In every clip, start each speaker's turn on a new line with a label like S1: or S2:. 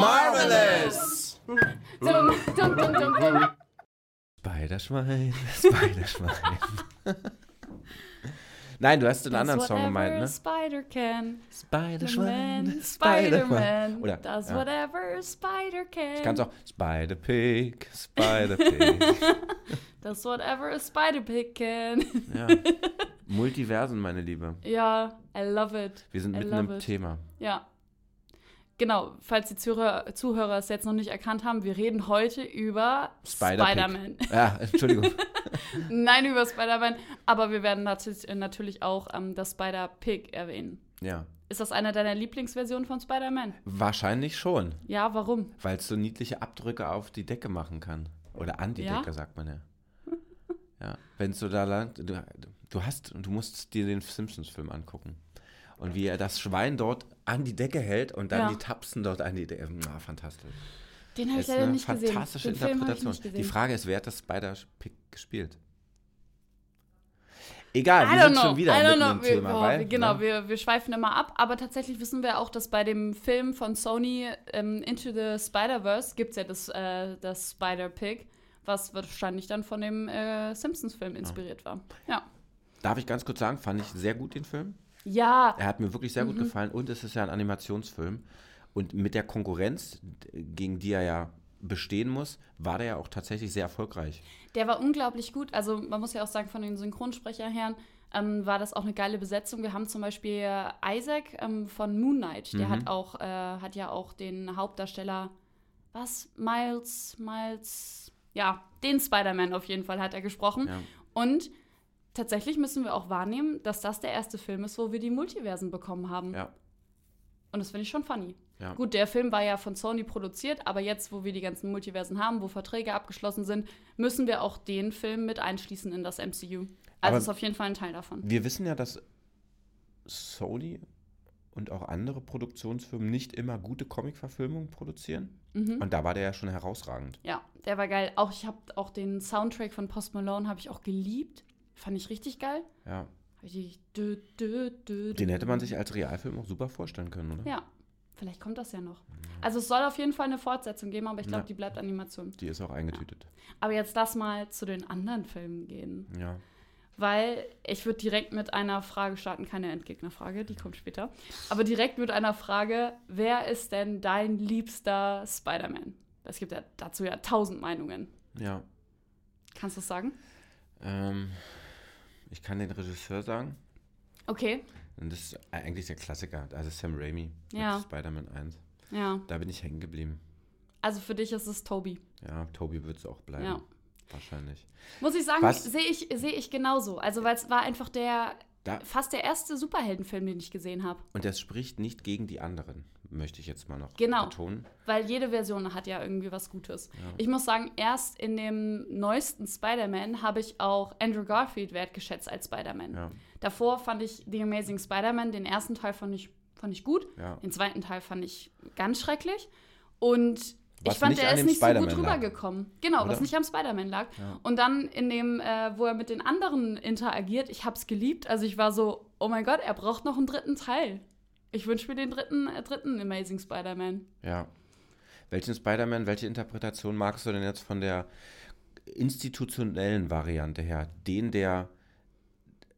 S1: Marvelous!
S2: Spiderschwein, Spiderschwein. Nein, du hast den anderen Song gemeint, ne?
S3: Spider can.
S2: Spiderschwein, Spiderman.
S3: Man, Spider-Man.
S2: Oder
S3: Does
S2: ja.
S3: whatever Spider can.
S2: Ich kann es auch Spider-Pig, Spider-Pig.
S3: Does whatever a Spider Pig can.
S2: ja. Multiversen, meine Liebe.
S3: ja, I love it.
S2: Wir sind
S3: I
S2: mitten
S3: love
S2: im
S3: it.
S2: Thema.
S3: Ja. Genau, falls die Zuhörer, Zuhörer es jetzt noch nicht erkannt haben, wir reden heute über
S2: Spider-Pig.
S3: Spider-Man.
S2: Ja, Entschuldigung.
S3: Nein, über Spider-Man, aber wir werden nat natürlich auch ähm, das Spider-Pig erwähnen.
S2: ja.
S3: Ist das einer deiner Lieblingsversionen von Spider-Man?
S2: Wahrscheinlich schon,
S3: Ja, warum?
S2: weil es so niedliche Abdrücke auf die Decke machen kann. Oder an die
S3: Ja?
S2: Decke, sagt man ja. Ja, wenn du da lang, du, du hast, du musst dir den Simpsons-Film angucken. Und wie er das Schwein dort an die Decke hält und dann
S3: Ja.
S2: die Tapsen dort an die Decke. Na, fantastisch.
S3: Den habe
S2: Ist
S3: ich leider
S2: eine
S3: nicht gesehen.
S2: fantastische
S3: Den Film habe ich
S2: Interpretation.
S3: nicht gesehen.
S2: Die Frage ist, wer hat das Spider-Pig gespielt? Egal,
S3: I
S2: Ah, wir
S3: don't
S2: sind
S3: know.
S2: schon wieder
S3: I don't
S2: mitten
S3: know.
S2: im
S3: wir,
S2: Thema.
S3: boah,
S2: weil,
S3: wir, genau,
S2: ne?
S3: wir, wir schweifen immer ab, aber tatsächlich wissen wir auch, dass bei dem Film von Sony ähm, Into the Spider-Verse gibt es ja das, äh, das Spider-Pig, was wahrscheinlich dann von dem äh, Simpsons-Film inspiriert war. Ja.
S2: Darf ich ganz kurz sagen, fand ich sehr gut den Film.
S3: Ja,
S2: Er hat mir wirklich sehr gut
S3: Mhm.
S2: gefallen und es ist ja ein Animationsfilm. Und mit der Konkurrenz, d- gegen die er ja bestehen muss, war der ja auch tatsächlich sehr erfolgreich.
S3: der war unglaublich gut. Also man muss ja auch sagen, von den Synchronsprecherherren ähm, war das auch eine geile Besetzung. Wir haben zum Beispiel Isaac ähm, von Moon Knight, der
S2: Mhm.
S3: hat auch, äh, hat ja auch den Hauptdarsteller, was? Miles, Miles, ja, den Spider-Man auf jeden Fall hat er gesprochen.
S2: Ja.
S3: Und tatsächlich müssen wir auch wahrnehmen, dass das der erste Film ist, wo wir die Multiversen bekommen haben.
S2: Ja,
S3: Und das finde ich schon funny.
S2: ja.
S3: Gut, der Film war ja von Sony produziert, aber jetzt, wo wir die ganzen Multiversen haben, wo Verträge abgeschlossen sind, müssen wir auch den Film mit einschließen in das MCU. Also
S2: Aber-
S3: ist auf jeden Fall ein Teil davon.
S2: Wir wissen ja, dass Sony und auch andere Produktionsfirmen nicht immer gute Comic-Verfilmungen produzieren.
S3: Mhm.
S2: Und da war der ja schon herausragend.
S3: Ja, der war geil. Auch ich habe auch den Soundtrack von Post Malone habe ich auch geliebt. Fand ich richtig geil.
S2: Ja.
S3: Hab ich die dü, dü, dü,
S2: Den
S3: dü.
S2: hätte man sich als Realfilm auch super vorstellen können, oder?
S3: Ja, vielleicht kommt das ja noch. Also es soll auf jeden Fall eine Fortsetzung geben, aber ich glaube,
S2: Ja.
S3: die bleibt Animation.
S2: Die ist auch eingetütet.
S3: Aber jetzt lass mal zu den anderen Filmen gehen.
S2: Ja.
S3: Weil ich würde direkt mit einer Frage starten, keine Endgegnerfrage, die kommt später. Aber direkt mit einer Frage, wer ist denn dein liebster Spider-Man? Es gibt ja dazu ja tausend Meinungen.
S2: Ja.
S3: Kannst du es sagen?
S2: Ähm, ich kann den Regisseur sagen.
S3: Okay,
S2: Und das ist eigentlich der Klassiker. Also Sam Raimi
S3: Ja.
S2: mit Spider-Man 1.
S3: ja.
S2: Da bin ich hängen geblieben.
S3: Also für dich ist es Toby.
S2: Ja, Tobi wird es auch bleiben.
S3: Ja.
S2: Wahrscheinlich.
S3: Muss ich sagen,
S2: Was?
S3: sehe ich, seh ich genauso. Also weil es war einfach der,
S2: Da,
S3: fast der erste Superheldenfilm, den ich gesehen habe.
S2: und das spricht nicht gegen die anderen, möchte ich jetzt mal noch
S3: Genau.
S2: betonen.
S3: Weil jede Version hat ja irgendwie was Gutes. Ich muss sagen, erst in dem neuesten Spider-Man habe ich auch Andrew Garfield wertgeschätzt als Spider-Man.
S2: Ja.
S3: Davor fand ich The Amazing Spider-Man, den ersten Teil fand ich, fand ich gut,
S2: Ja.
S3: den zweiten Teil fand ich ganz schrecklich. Und
S2: Was
S3: ich fand,
S2: nicht
S3: der
S2: an
S3: ist
S2: dem
S3: nicht so gut
S2: Spider-Man lag.
S3: rübergekommen. Genau,
S2: Oder?
S3: was nicht am Spider-Man lag.
S2: Ja.
S3: Und dann in dem, äh, wo er mit den anderen interagiert, ich hab's geliebt. Also ich war so, oh mein Gott, er braucht noch einen dritten Teil. Ich wünsche mir den dritten, äh, dritten Amazing Spider-Man.
S2: Ja. Welchen Spider-Man, welche Interpretation magst du denn jetzt von der institutionellen Variante her? Den, der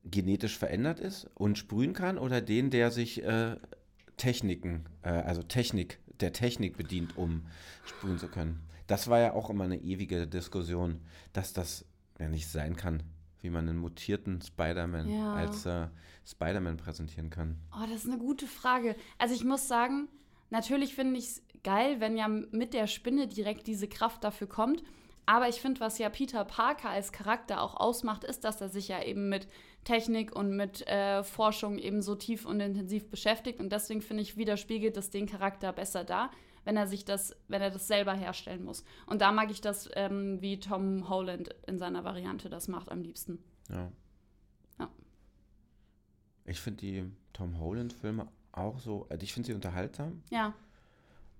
S2: genetisch verändert ist und sprühen kann oder den, der sich äh, Techniken, äh, also Technik, der Technik bedient, um sprühen zu können? Das war ja auch immer eine ewige Diskussion, dass das ja nicht sein kann, wie man einen mutierten Spider-Man
S3: Ja.
S2: als äh, Spider-Man präsentieren kann.
S3: Oh, das ist eine gute Frage. Also ich muss sagen, natürlich finde ich es geil, wenn ja mit der Spinne direkt diese Kraft dafür kommt. Aber ich finde, was ja Peter Parker als Charakter auch ausmacht, ist, dass er sich ja eben mit Technik und mit äh, Forschung eben so tief und intensiv beschäftigt. Und deswegen finde ich, widerspiegelt das den Charakter besser da, wenn er sich das, wenn er das selber herstellen muss. Und da mag ich das, ähm, wie Tom Holland in seiner Variante das macht am liebsten.
S2: Ja.
S3: Ja.
S2: Ich finde die Tom Holland-Filme auch so, also ich finde sie unterhaltsam,
S3: Ja,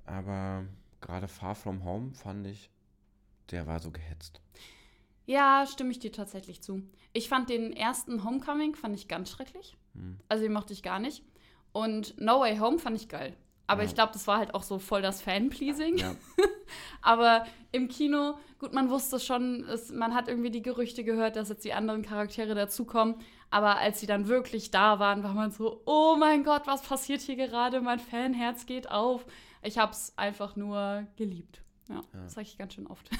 S2: aber gerade Far From Home fand ich der war so gehetzt.
S3: Ja, stimme ich dir tatsächlich zu. Ich fand den ersten Homecoming fand ich ganz schrecklich.
S2: Hm.
S3: Also den mochte ich gar nicht. Und No Way Home fand ich geil. Aber
S2: Ja.
S3: ich glaube, das war halt auch so voll das Fan-Pleasing.
S2: Ja.
S3: Aber im Kino, gut, man wusste schon, es, man hat irgendwie die Gerüchte gehört, dass jetzt die anderen Charaktere dazukommen. Aber als sie dann wirklich da waren, war man so, oh mein Gott, was passiert hier gerade? Mein Fanherz geht auf. Ich hab's einfach nur geliebt. Ja,
S2: Ja.
S3: das sage ich ganz schön oft.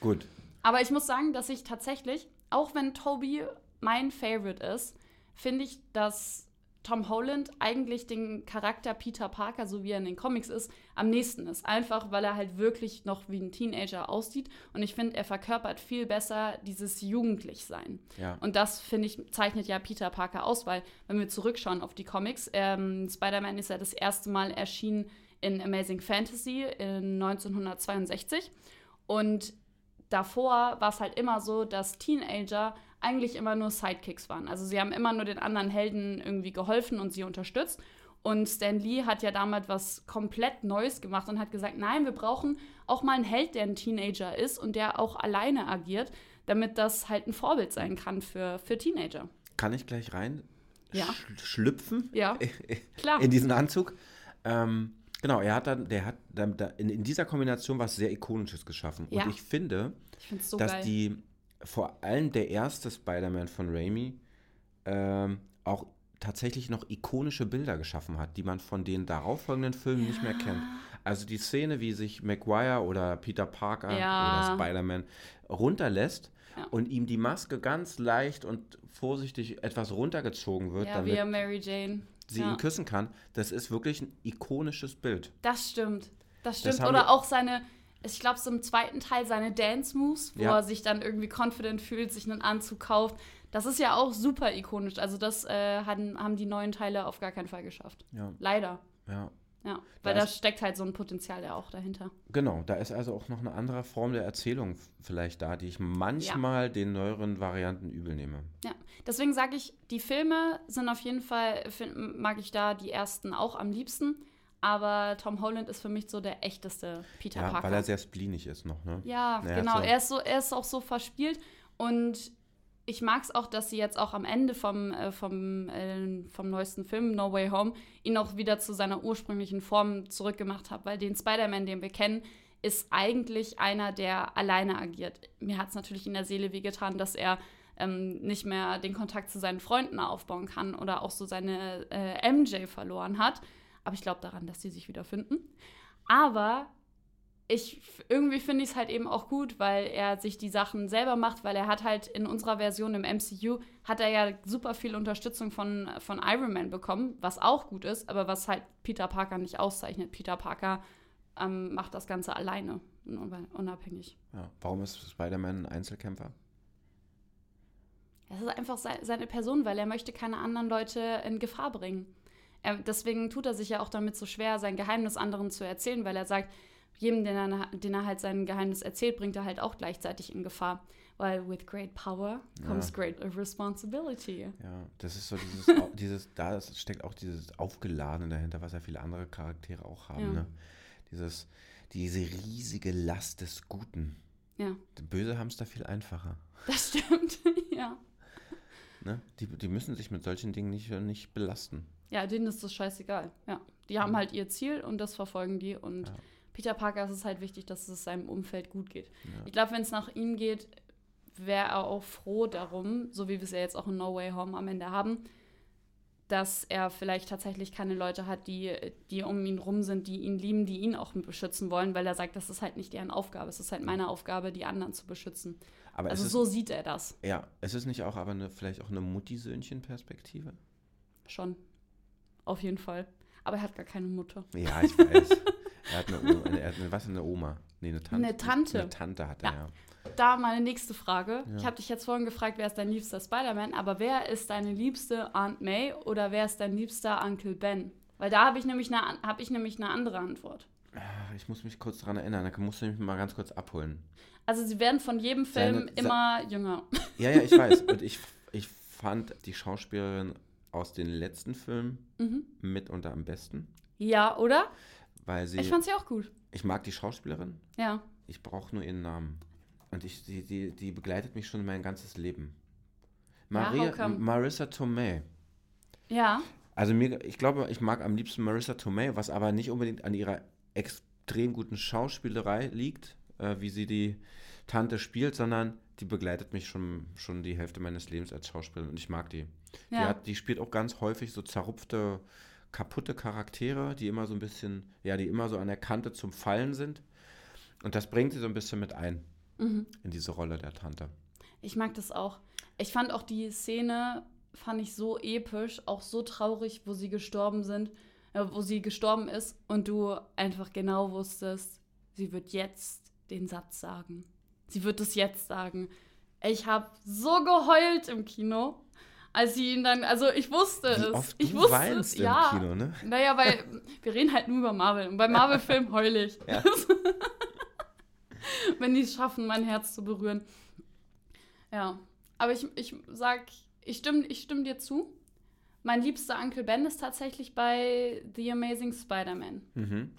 S2: Gut.
S3: Aber ich muss sagen, dass ich tatsächlich, auch wenn Toby mein Favorite ist, finde ich, dass Tom Holland eigentlich den Charakter Peter Parker, so wie er in den Comics ist, am nächsten ist. Einfach, weil er halt wirklich noch wie ein Teenager aussieht. Und ich finde, er verkörpert viel besser dieses Jugendlichsein.
S2: Ja.
S3: Und das, finde ich, zeichnet ja Peter Parker aus, weil, wenn wir zurückschauen auf die Comics, ähm, Spider-Man ist ja das erste Mal erschienen in Amazing Fantasy in 1962. Und davor war es halt immer so, dass Teenager eigentlich immer nur Sidekicks waren. Also sie haben immer nur den anderen Helden irgendwie geholfen und sie unterstützt. Und Stan Lee hat ja damals was komplett Neues gemacht und hat gesagt, nein, wir brauchen auch mal einen Held, der ein Teenager ist und der auch alleine agiert, damit das halt ein Vorbild sein kann für, für Teenager.
S2: Kann ich gleich rein
S3: Ja.
S2: sch- schlüpfen?
S3: Ja, klar.
S2: Äh, in diesen Anzug. Ähm, genau, er hat dann, der hat dann, da, in, in dieser Kombination was sehr Ikonisches geschaffen.
S3: Ja.
S2: Und ich finde,
S3: Ich finde es so
S2: dass
S3: geil.
S2: die, vor allem der erste Spider-Man von Raimi, ähm, auch tatsächlich noch ikonische Bilder geschaffen hat, die man von den darauffolgenden Filmen nicht mehr kennt. Also die Szene, wie sich Maguire oder Peter Parker
S3: Ja.
S2: oder Spider-Man runterlässt
S3: Ja.
S2: und ihm die Maske ganz leicht und vorsichtig etwas runtergezogen wird,
S3: ja, wie
S2: damit
S3: er Mary Jane.
S2: sie
S3: ja.
S2: ihn küssen kann, das ist wirklich ein ikonisches Bild.
S3: Das stimmt. Das stimmt.
S2: haben
S3: Oder
S2: wir-
S3: auch seine, ich glaube, so im zweiten Teil seine Dance-Moves, wo
S2: Ja.
S3: er sich dann irgendwie confident fühlt, sich einen Anzug kauft. Das ist ja auch super ikonisch. Also, das äh, haben, haben die neuen Teile auf gar keinen Fall geschafft.
S2: Ja,
S3: Leider.
S2: ja.
S3: Ja. Weil
S2: Da
S3: da
S2: ist-
S3: steckt halt so ein Potenzial ja auch dahinter.
S2: Genau, da ist also auch noch eine andere Form der Erzählung f- vielleicht da, die ich manchmal den neueren Varianten übel nehme.
S3: Ja, deswegen sage ich, die Filme sind auf jeden Fall, find, mag ich da die ersten auch am liebsten. Aber Tom Holland ist für mich so der echteste Peter
S2: Ja,
S3: Parker.
S2: weil er sehr spleenig ist noch, ne?
S3: Ja,
S2: Ja,
S3: genau.
S2: so.
S3: Er, ist so, er ist auch so verspielt. Und ich mag es auch, dass sie jetzt auch am Ende vom, äh, vom, äh, vom neuesten Film No Way Home ihn auch wieder zu seiner ursprünglichen Form zurückgemacht hat, weil den Spider-Man, den wir kennen, ist eigentlich einer, der alleine agiert. Mir hat es natürlich in der Seele wehgetan, dass er ähm, nicht mehr den Kontakt zu seinen Freunden aufbauen kann oder auch so seine äh, MJ verloren hat. Aber ich glaube daran, dass sie sich wieder finden. Aber ich irgendwie finde ich es halt eben auch gut, weil er sich die Sachen selber macht, weil er hat halt in unserer Version im MCU hat er ja super viel Unterstützung von, von Iron Man bekommen, was auch gut ist, aber was halt Peter Parker nicht auszeichnet. Peter Parker ähm, macht das Ganze alleine und unbe- unabhängig.
S2: Ja. Warum ist Spider-Man ein Einzelkämpfer?
S3: Es ist einfach se seine Person, weil er möchte keine anderen Leute in Gefahr bringen. Er, deswegen tut er sich ja auch damit so schwer, sein Geheimnis anderen zu erzählen, weil er sagt, jedem, den er, den er halt sein Geheimnis erzählt, bringt er halt auch gleichzeitig in Gefahr. Weil with great power comes
S2: Ja.
S3: great responsibility.
S2: Ja, das ist so dieses, au- dieses da ist- steckt auch dieses Aufgeladene dahinter, was ja viele andere Charaktere auch haben,
S3: Ja.
S2: ne? Dieses, diese riesige Last des Guten.
S3: Ja,
S2: Die Böse haben es da viel einfacher.
S3: das stimmt. ja.
S2: Ne? Die, die müssen sich mit solchen Dingen nicht, nicht belasten.
S3: ja, denen ist das scheißegal. Ja. Die haben halt ihr Ziel und das verfolgen die. Und
S2: Ja.
S3: Peter Parker ist es halt wichtig, dass es seinem Umfeld gut geht.
S2: Ja.
S3: Ich glaube, wenn es nach ihm geht, wäre er auch froh darum, so wie wir es ja jetzt auch in No Way Home am Ende haben, dass er vielleicht tatsächlich keine Leute hat, die, die um ihn rum sind, die ihn lieben, die ihn auch beschützen wollen, weil er sagt, das ist halt nicht deren Aufgabe, es ist halt meine Aufgabe, die anderen zu beschützen.
S2: Aber
S3: also
S2: es ist,
S3: so sieht er das
S2: Ja, es ist nicht auch aber eine, vielleicht auch eine Mutti-Söhnchen-Perspektive?
S3: schon. Auf jeden Fall. Aber er hat gar keine Mutter.
S2: Ja, ich weiß. er hat eine Oma, er hat eine, was, eine Oma? Nee, eine Tante.
S3: Eine Tante.
S2: Eine Tante hat er,
S3: Ja.
S2: ja.
S3: Da meine nächste Frage.
S2: Ja.
S3: Ich habe dich jetzt vorhin gefragt, wer ist dein liebster Spider-Man, aber wer ist deine liebste Aunt May oder wer ist dein liebster Uncle Ben? Weil da habe ich, nämlich eine an- hab ich nämlich eine andere Antwort.
S2: Ah, Ich muss mich kurz daran erinnern, da musst du mich mal ganz kurz abholen.
S3: Also sie werden von jedem Film
S2: Seine- se-
S3: immer jünger.
S2: Ja, ja, ich weiß. Und ich, ich fand die Schauspielerin aus den letzten Filmen
S3: Mhm.
S2: mitunter am besten,
S3: Ja, oder?
S2: weil sie.
S3: Ich fand sie auch gut.
S2: ich mag die Schauspielerin,
S3: Ja.
S2: Ich brauche nur ihren Namen. Und ich, die, die, die begleitet mich schon mein ganzes Leben.
S3: Ja, how
S2: Maria,
S3: come?
S2: Marissa Tomei.
S3: Ja,
S2: Also mir, ich glaube, ich mag am liebsten Marissa Tomei, was aber nicht unbedingt an ihrer extrem guten Schauspielerei liegt, äh, wie sie die Tante spielt, sondern die begleitet mich schon, schon die Hälfte meines Lebens als Schauspielerin und ich mag die. Die,
S3: ja.
S2: hat, die spielt auch ganz häufig so zerrupfte, kaputte Charaktere, die immer so ein bisschen, ja, die immer so an der Kante zum Fallen sind. Und das bringt sie so ein bisschen mit ein
S3: mhm.
S2: in diese Rolle der Tante.
S3: Ich mag das auch. Ich fand auch die Szene, fand ich so episch, auch so traurig, wo sie gestorben sind, äh, wo sie gestorben ist und du einfach genau wusstest, sie wird jetzt den Satz sagen. Sie wird es jetzt sagen. Ich habe so geheult im Kino, als sie ihn dann, also ich wusste
S2: Wie
S3: es.
S2: oft
S3: ich
S2: du
S3: wusste
S2: weinst
S3: es, ja.
S2: im Kino, ne?
S3: Naja, weil wir reden halt nur über Marvel und bei Marvel-Filmen heul ich.
S2: Ja.
S3: Wenn die es schaffen, mein Herz zu berühren. Ja, aber ich, ich sag, ich stimme, ich stimme dir zu. Mein liebster Uncle Ben ist tatsächlich bei The Amazing Spider-Man.
S2: Mhm.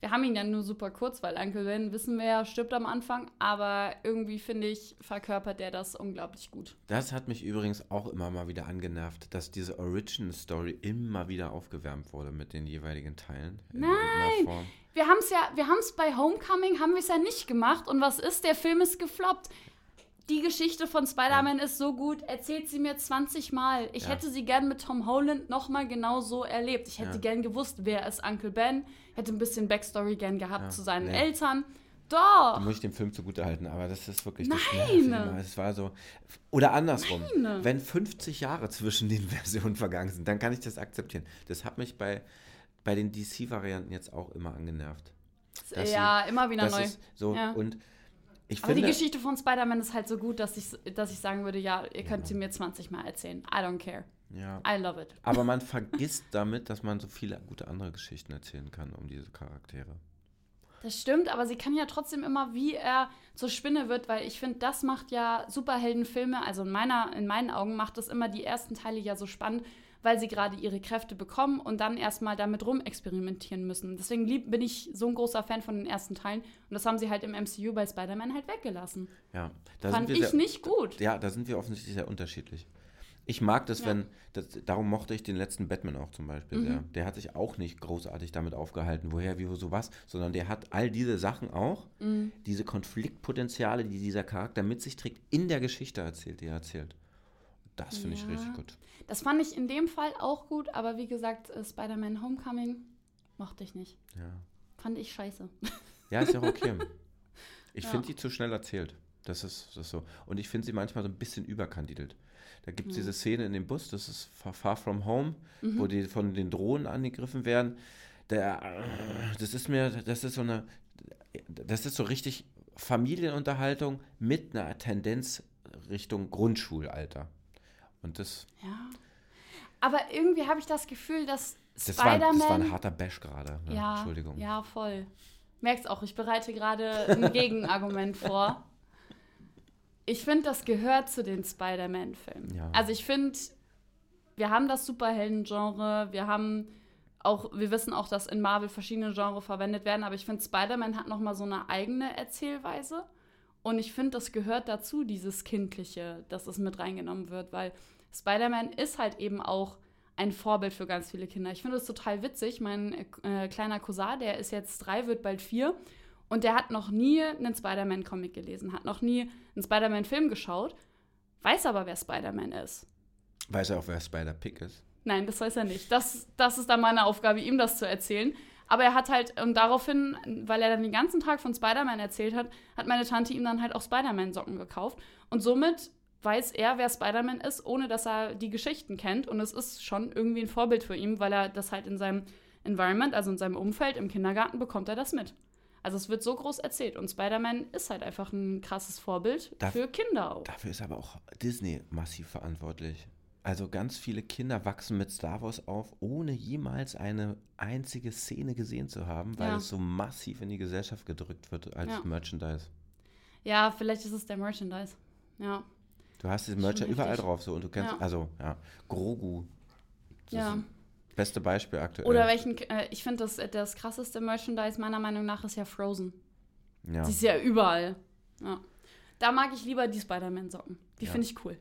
S3: Wir haben ihn ja nur super kurz, weil Uncle Ben, wissen wir ja, stirbt am Anfang. Aber irgendwie, finde ich, verkörpert er das unglaublich gut.
S2: Das hat mich übrigens auch immer mal wieder angenervt, dass diese Origin-Story immer wieder aufgewärmt wurde mit den jeweiligen Teilen. in irgendeiner
S3: Nein!
S2: Form.
S3: Wir haben es ja, wir haben es bei Homecoming, haben wir es ja nicht gemacht. Und was ist? Der Film ist gefloppt. Die Geschichte von Spider-Man ist so gut, erzählt sie mir 20 Mal. Ich
S2: Ja.
S3: hätte sie gern mit Tom Holland nochmal genau so erlebt. Ich hätte
S2: Ja.
S3: gern gewusst, wer ist Uncle Ben. Hätte ein bisschen Backstory gern gehabt
S2: Ja,
S3: zu seinen
S2: nee.
S3: Eltern. Doch!
S2: muss ich dem Film zugutehalten, aber das ist wirklich das
S3: Nein!
S2: nervt immer. Es war so. Oder andersrum.
S3: Nein!
S2: Wenn 50 Jahre zwischen den Versionen vergangen sind, dann kann ich das akzeptieren. Das hat mich bei, bei den DC-Varianten jetzt auch immer angenervt. das-
S3: ja, immer wieder
S2: das
S3: neu.
S2: ist so.
S3: Ja.
S2: Und ich
S3: Aber die
S2: finde.
S3: Geschichte von Spider-Man ist halt so gut, dass ich, dass ich sagen würde, ja, ihr könnt sie mir 20 Mal erzählen. I don't care.
S2: ja.
S3: I love it.
S2: Aber man vergisst damit, dass man so viele gute andere Geschichten erzählen kann um diese Charaktere.
S3: Das stimmt, aber sie kann ja trotzdem immer, wie er zur Spinne wird, weil ich finde, das macht ja Superheldenfilme, also in, meiner, in meinen Augen macht das immer die ersten Teile ja so spannend, weil sie gerade ihre Kräfte bekommen und dann erstmal damit rumexperimentieren müssen. Deswegen lieb, bin ich so ein großer Fan von den ersten Teilen und das haben sie halt im MCU bei Spider-Man halt weggelassen.
S2: Ja, da
S3: Fand
S2: sind wir
S3: ich
S2: sehr,
S3: nicht gut.
S2: Ja, da sind wir offensichtlich sehr unterschiedlich. Ich mag das,
S3: Ja.
S2: wenn, das, darum mochte ich den letzten Batman auch zum Beispiel sehr.
S3: Mhm.
S2: Der hat sich auch nicht großartig damit aufgehalten, woher, wie, wo, so was, sondern der hat all diese Sachen auch,
S3: Mm.
S2: diese Konfliktpotenziale, die dieser Charakter mit sich trägt, in der Geschichte erzählt, die er erzählt. Das finde
S3: Ja.
S2: ich richtig gut.
S3: Das fand ich in dem Fall auch gut, aber wie gesagt, äh, Spider-Man Homecoming mochte ich nicht.
S2: Ja,
S3: Fand ich scheiße.
S2: ja ist ja auch okay. Ich
S3: Ja.
S2: finde die zu schnell erzählt. Das ist, das ist so. Und ich finde sie manchmal so ein bisschen überkandidelt. Da gibt
S3: Hm.
S2: es diese Szene in dem Bus, das ist Far, Far From Home,
S3: Mhm.
S2: wo die von den Drohnen angegriffen werden. Der, das ist mir, das ist so eine, das ist so richtig Familienunterhaltung mit einer Tendenz Richtung Grundschulalter. Und das,
S3: Ja. Aber irgendwie habe ich das Gefühl, dass
S2: das, war, das war
S3: Spider-Man.
S2: ein harter Bash gerade. Ne?
S3: ja,
S2: Entschuldigung.
S3: Ja, voll. Merkst auch, ich bereite gerade ein Gegenargument vor. Ich finde, das gehört zu den Spider-Man-Filmen.
S2: Ja.
S3: Also ich finde, wir haben das Superhelden-Genre, wir haben auch, wir wissen auch, dass in Marvel verschiedene Genre verwendet werden, aber ich finde, Spider-Man hat nochmal so eine eigene Erzählweise. Und ich finde, das gehört dazu, dieses Kindliche, dass es mit reingenommen wird, weil Spider-Man ist halt eben auch ein Vorbild für ganz viele Kinder. Ich finde das total witzig. Mein äh, kleiner Cousin, der ist jetzt drei, wird bald vier. Und der hat noch nie einen Spider-Man-Comic gelesen, hat noch nie einen Spider-Man-Film geschaut, weiß aber, wer Spider-Man ist.
S2: Weiß er auch, wer Spider-Pick ist?
S3: Nein, das weiß er nicht. Das, das ist dann meine Aufgabe, ihm das zu erzählen. Aber er hat halt, und daraufhin, weil er dann den ganzen Tag von Spider-Man erzählt hat, hat meine Tante ihm dann halt auch Spider-Man-Socken gekauft. Und somit weiß er, wer Spider-Man ist, ohne dass er die Geschichten kennt. Und es ist schon irgendwie ein Vorbild für ihn, weil er das halt in seinem Environment, also in seinem Umfeld, im Kindergarten, bekommt er das mit. Also es wird so groß erzählt. Und Spider-Man ist halt einfach ein krasses Vorbild
S2: Darf-
S3: für Kinder auch.
S2: Dafür ist aber auch Disney massiv verantwortlich. Also ganz viele Kinder wachsen mit Star Wars auf, ohne jemals eine einzige Szene gesehen zu haben, weil
S3: Ja.
S2: es so massiv in die Gesellschaft gedrückt wird als
S3: Ja.
S2: Merchandise.
S3: Ja, vielleicht ist es der Merchandise. Ja.
S2: Du hast das
S3: Schon
S2: Merchandise überall
S3: heftig.
S2: drauf so und du kennst,
S3: Ja.
S2: also ja, Grogu. Das
S3: ja.
S2: ist das beste Beispiel aktuell.
S3: äh, Oder welchen, äh, ich finde, das, das krasseste Merchandise meiner Meinung nach ist ja Frozen.
S2: Ja.
S3: Die ist ja überall. Ja. Da mag ich lieber die Spider-Man-Socken. Die
S2: Ja.
S3: finde ich cool.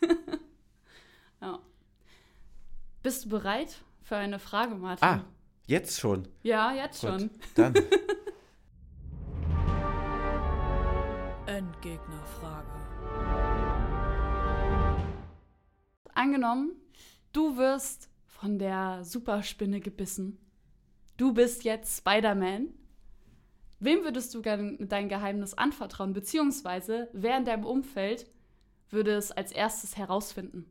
S3: ja. Bist du bereit für eine Frage, Martin?
S2: Ah, jetzt schon.
S3: Ja, jetzt
S2: Gut,
S3: schon.
S2: dann.
S1: Endgegnerfrage.
S3: Angenommen, du wirst von der Superspinne gebissen. Du bist jetzt Spider-Man. Wem würdest du gern dein Geheimnis anvertrauen? Beziehungsweise, wer in deinem Umfeld würde es als erstes herausfinden?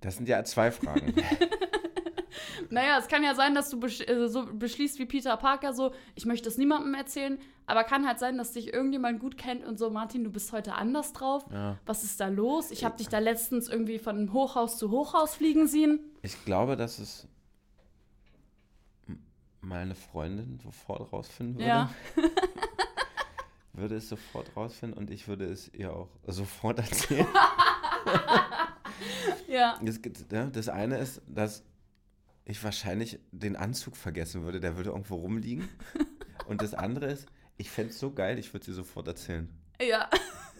S2: Das sind ja zwei Fragen.
S3: Naja, es kann ja sein, dass du besch äh, so beschließt wie Peter Parker, so, ich möchte es niemandem erzählen, aber kann halt sein, dass dich irgendjemand gut kennt und so, Martin, du bist heute anders drauf.
S2: Ja.
S3: Was ist da los? Ich habe dich da letztens irgendwie von Hochhaus zu Hochhaus fliegen sehen.
S2: Ich glaube, dass es m- meine Freundin sofort rausfinden würde.
S3: Ja.
S2: würde es sofort rausfinden und ich würde es ihr auch sofort erzählen.
S3: Ja.
S2: Das, gibt- ne, das eine ist, dass ich wahrscheinlich den Anzug vergessen würde, der würde irgendwo rumliegen. Und das andere ist, ich fände es so geil, ich würde sie sofort erzählen.
S3: Ja.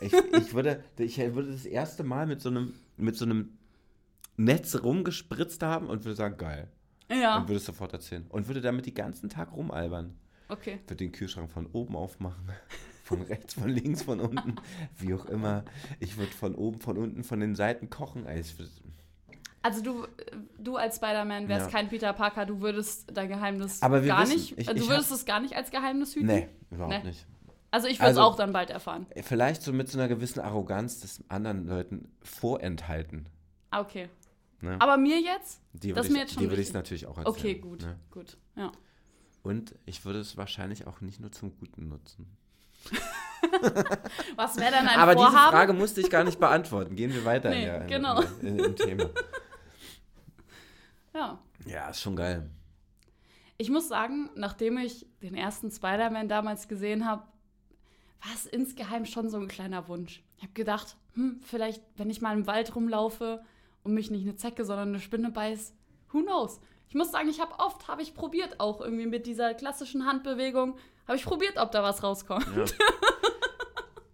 S2: Ich, ich, würde, ich würde das erste Mal mit so einem, mit so einem Netz rumgespritzt haben und würde sagen, geil.
S3: Ja.
S2: Und würde es sofort erzählen. Und würde damit den ganzen Tag rumalbern.
S3: Okay.
S2: Würde den Kühlschrank von oben aufmachen. Von rechts, von links, von unten. Wie auch immer. Ich würde von oben, von unten, von den Seiten kochen. Ey, ich würd-
S3: Also du, du als Spider-Man wärst
S2: Ja.
S3: kein Peter Parker, du würdest dein Geheimnis
S2: Aber wir
S3: gar
S2: wissen,
S3: nicht.
S2: ich-
S3: du
S2: ich
S3: würdest es gar nicht als Geheimnis hüten.
S2: Nee, überhaupt
S3: Nee.
S2: nicht.
S3: Also ich würde es
S2: Also-
S3: auch dann bald erfahren.
S2: Vielleicht so mit so einer gewissen Arroganz des anderen Leuten vorenthalten.
S3: Ah, Okay.
S2: Ne?
S3: Aber mir jetzt?
S2: Die
S3: das
S2: würde
S3: ist mir jetzt
S2: ich,
S3: schon
S2: die würd ich's
S3: wichtig.
S2: natürlich auch erzählen.
S3: Okay, gut.
S2: Ne?
S3: Gut. Ja.
S2: Und ich würde es wahrscheinlich auch nicht nur zum Guten nutzen.
S3: Was wäre dann ein
S2: Aber
S3: Vorhaben?
S2: diese Frage musste ich gar nicht beantworten. Gehen wir weiter
S3: Nee,
S2: hier in-
S3: genau.
S2: in, im Thema.
S3: Ja.
S2: Ja, ist schon geil.
S3: Ich muss sagen, nachdem ich den ersten Spider-Man damals gesehen habe, war es insgeheim schon so ein kleiner Wunsch. Ich habe gedacht, hm, vielleicht, wenn ich mal im Wald rumlaufe und mich nicht eine Zecke, sondern eine Spinne beißt, who knows? Ich muss sagen, ich habe oft, habe ich probiert auch irgendwie mit dieser klassischen Handbewegung, habe ich probiert, ob da was rauskommt.
S2: Ja.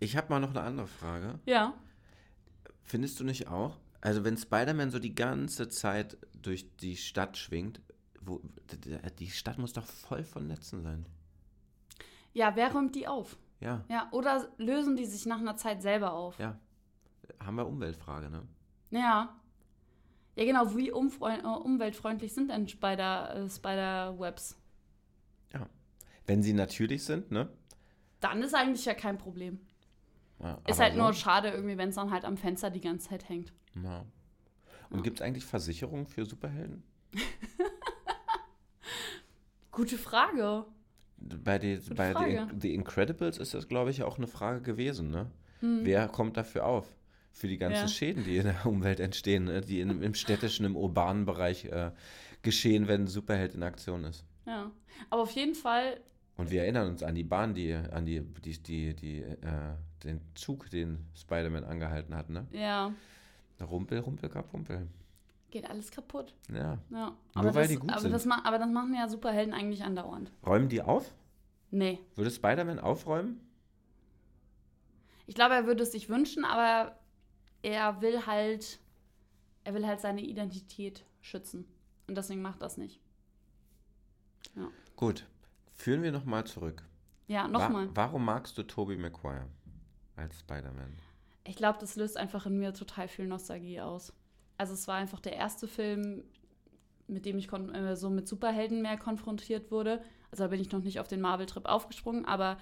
S2: Ich habe mal noch eine andere Frage.
S3: Ja,
S2: Findest du nicht auch, also wenn Spider-Man so die ganze Zeit durch die Stadt schwingt, wo, d- d- die Stadt muss doch voll von Netzen sein.
S3: ja, wer räumt die auf?
S2: Ja,
S3: Ja, oder lösen die sich nach einer Zeit selber auf?
S2: ja. Haben wir Umweltfrage, ne?
S3: Ja. Ja, genau, wie umfreund- äh, umweltfreundlich sind denn Spider, äh, Spider-Webs?
S2: Ja. Wenn sie natürlich sind, ne?
S3: Dann ist eigentlich ja kein Problem.
S2: Ja,
S3: Ist
S2: aber
S3: halt nur
S2: sonst-
S3: schade irgendwie, wenn es dann halt am Fenster die ganze Zeit hängt.
S2: Ja. Und
S3: Ja.
S2: gibt es eigentlich Versicherungen für Superhelden?
S3: Gute Frage.
S2: Bei, die, bei
S3: Frage.
S2: The, The Incredibles ist das, glaube ich, auch eine Frage gewesen. Ne? Wer kommt dafür auf? Für die ganzen
S3: Hm. Ja.
S2: Schäden, die in der Umwelt entstehen, ne? die im, im städtischen, im urbanen Bereich äh, geschehen, wenn ein Superheld in Aktion ist.
S3: Ja. Aber auf jeden Fall,
S2: Und wir erinnern uns an die Bahn, die, an die, die, die, die äh, den Zug, den Spider-Man angehalten hat, ne?
S3: ja,
S2: Rumpel, Rumpel, Kapumpel.
S3: geht alles kaputt.
S2: Ja.
S3: Ja. Aber,
S2: weil
S3: das,
S2: die gut
S3: aber,
S2: sind.
S3: Das, ma- aber das machen ja Superhelden eigentlich andauernd.
S2: Räumen die auf?
S3: Nee.
S2: Würde Spider-Man aufräumen?
S3: Ich glaube, er würde es sich wünschen, aber er will halt, er will halt seine Identität schützen. Und deswegen macht das nicht.
S2: Gut. Führen wir nochmal zurück.
S3: Ja,
S2: Wa-
S3: nochmal.
S2: Warum magst du Tobey Maguire als Spider-Man?
S3: Ich glaube, das löst einfach in mir total viel Nostalgie aus. Also es war einfach der erste Film, mit dem ich kon- äh, so mit Superhelden mehr konfrontiert wurde. Also da bin ich noch nicht auf den Marvel-Trip aufgesprungen, aber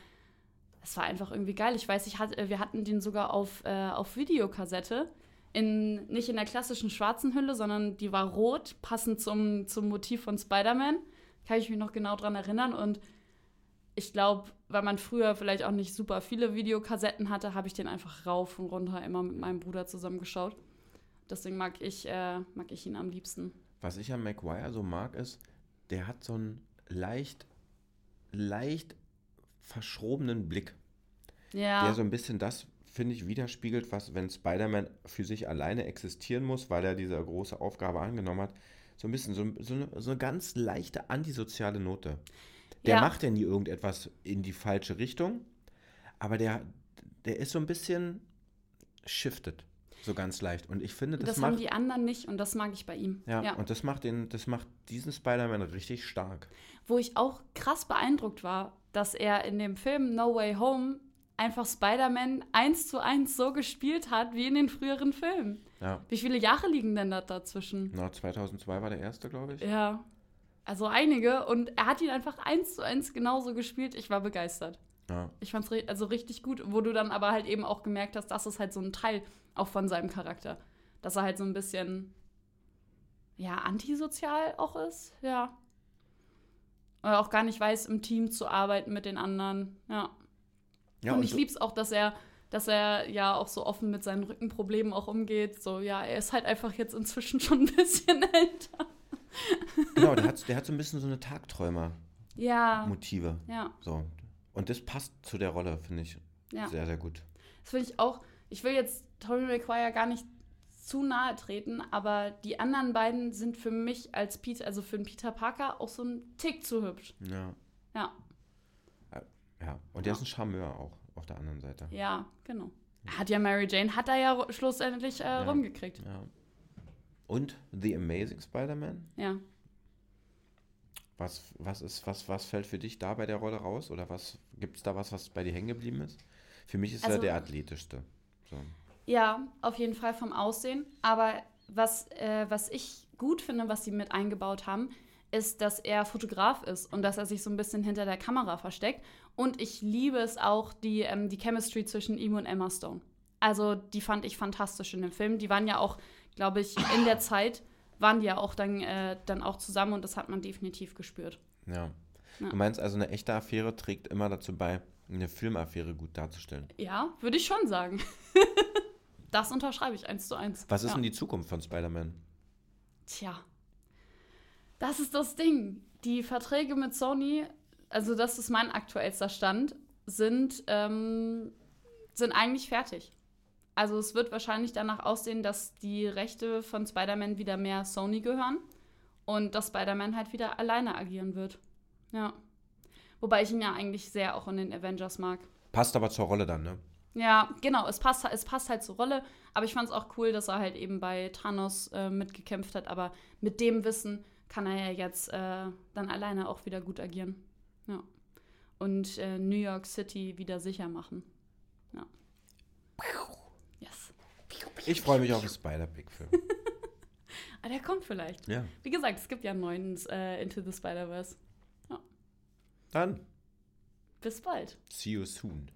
S3: es war einfach irgendwie geil. Ich weiß, ich hat, äh, wir hatten den sogar auf, äh, auf Videokassette. In, nicht in der klassischen schwarzen Hülle, sondern die war rot, passend zum, zum Motiv von Spider-Man. Kann ich mich noch genau dran erinnern. Und ich glaube, weil man früher vielleicht auch nicht super viele Videokassetten hatte, habe ich den einfach rauf und runter immer mit meinem Bruder zusammengeschaut. Deswegen mag ich, äh, mag ich ihn am liebsten.
S2: Was ich an Maguire so mag, ist, der hat so einen leicht, leicht verschrobenen Blick,
S3: Ja,
S2: der so ein bisschen das, finde ich, widerspiegelt, was, wenn Spider-Man für sich alleine existieren muss, weil er diese große Aufgabe angenommen hat, so ein bisschen so, so, eine, so eine ganz leichte antisoziale Note. Der
S3: Ja.
S2: macht ja nie irgendetwas in die falsche Richtung, aber der, der ist so ein bisschen shifted, so ganz leicht. Und ich finde, das,
S3: Das, haben
S2: macht.
S3: die anderen nicht und das mag ich bei ihm.
S2: Ja, und das macht den, das macht diesen Spider-Man richtig stark.
S3: Wo ich auch krass beeindruckt war, dass er in dem Film No Way Home einfach Spider-Man eins zu eins so gespielt hat wie in den früheren Filmen.
S2: Ja.
S3: Wie viele Jahre liegen denn da dazwischen?
S2: Na, 2002 war der erste, glaube ich.
S3: Ja. Also einige und er hat ihn einfach eins zu eins genauso gespielt. Ich war begeistert.
S2: Ja.
S3: Ich fand's ri- also richtig gut, wo du dann aber halt eben auch gemerkt hast, das ist halt so ein Teil auch von seinem Charakter. Dass er halt so ein bisschen, ja, antisozial auch ist, ja. Oder auch gar nicht weiß, im Team zu arbeiten mit den anderen, ja.
S2: ja also
S3: und ich
S2: so-
S3: lieb's auch, dass er, dass er ja auch so offen mit seinen Rückenproblemen auch umgeht. So, ja, er ist halt einfach jetzt inzwischen schon ein bisschen älter.
S2: Genau, der hat, der hat so ein bisschen so eine Tagträumer-Motive.
S3: Ja, ja.
S2: So. Und das passt zu der Rolle, finde ich.
S3: Ja.
S2: Sehr, sehr gut.
S3: Das finde ich auch. Ich will jetzt Tommy McGuire gar nicht zu nahe treten, aber die anderen beiden sind für mich als Peter, also für den Peter Parker auch so ein Tick zu hübsch.
S2: Ja. Äh,
S3: Ja,
S2: Ja. Und der
S3: Ja.
S2: ist ein Charmeur auch auf der anderen Seite.
S3: ja, genau. Hat ja Mary Jane, hat er ja ru- schlussendlich äh, rumgekriegt.
S2: Ja. Und The Amazing Spider-Man?
S3: Ja.
S2: Was, was, ist, was, was fällt für dich da bei der Rolle raus? Oder was gibt es da was, was bei dir hängen geblieben ist? Für mich ist er
S3: Also-
S2: der athletischste. So.
S3: Ja, auf jeden Fall vom Aussehen. Aber was, äh, was ich gut finde, was sie mit eingebaut haben, ist, dass er Fotograf ist und dass er sich so ein bisschen hinter der Kamera versteckt. Und ich liebe es auch, die, ähm, die Chemistry zwischen ihm und Emma Stone. Also die fand ich fantastisch in dem Film. Die waren ja auch, glaube ich, in der Zeit waren die ja auch dann, äh, dann auch zusammen und das hat man definitiv gespürt.
S2: Ja.
S3: Ja.
S2: Du meinst also, eine echte Affäre trägt immer dazu bei, eine Filmaffäre gut darzustellen.
S3: Ja, würde ich schon sagen. das unterschreibe ich eins zu eins.
S2: Was ist
S3: ja.
S2: denn die Zukunft von Spider-Man?
S3: Tja, das ist das Ding. Die Verträge mit Sony, also das ist mein aktuellster Stand, sind, ähm, sind eigentlich fertig. Also es wird wahrscheinlich danach aussehen, dass die Rechte von Spider-Man wieder mehr Sony gehören und dass Spider-Man halt wieder alleine agieren wird. Ja. Wobei ich ihn ja eigentlich sehr auch in den Avengers mag.
S2: Passt aber zur Rolle dann, ne?
S3: Ja, genau, es passt, es passt halt zur Rolle, aber ich fand es auch cool, dass er halt eben bei Thanos äh, mitgekämpft hat, aber mit dem Wissen kann er ja jetzt äh, dann alleine auch wieder gut agieren. Ja. Und äh, New York City wieder sicher machen. Ja. Yes.
S2: Ich freue mich auf den Spider-Pig-Film.
S3: Ah, der kommt vielleicht.
S2: ja.
S3: Wie gesagt, es gibt ja einen neuen äh, Into the Spider-Verse.
S2: Dann,
S3: Bis bald.
S2: see you soon.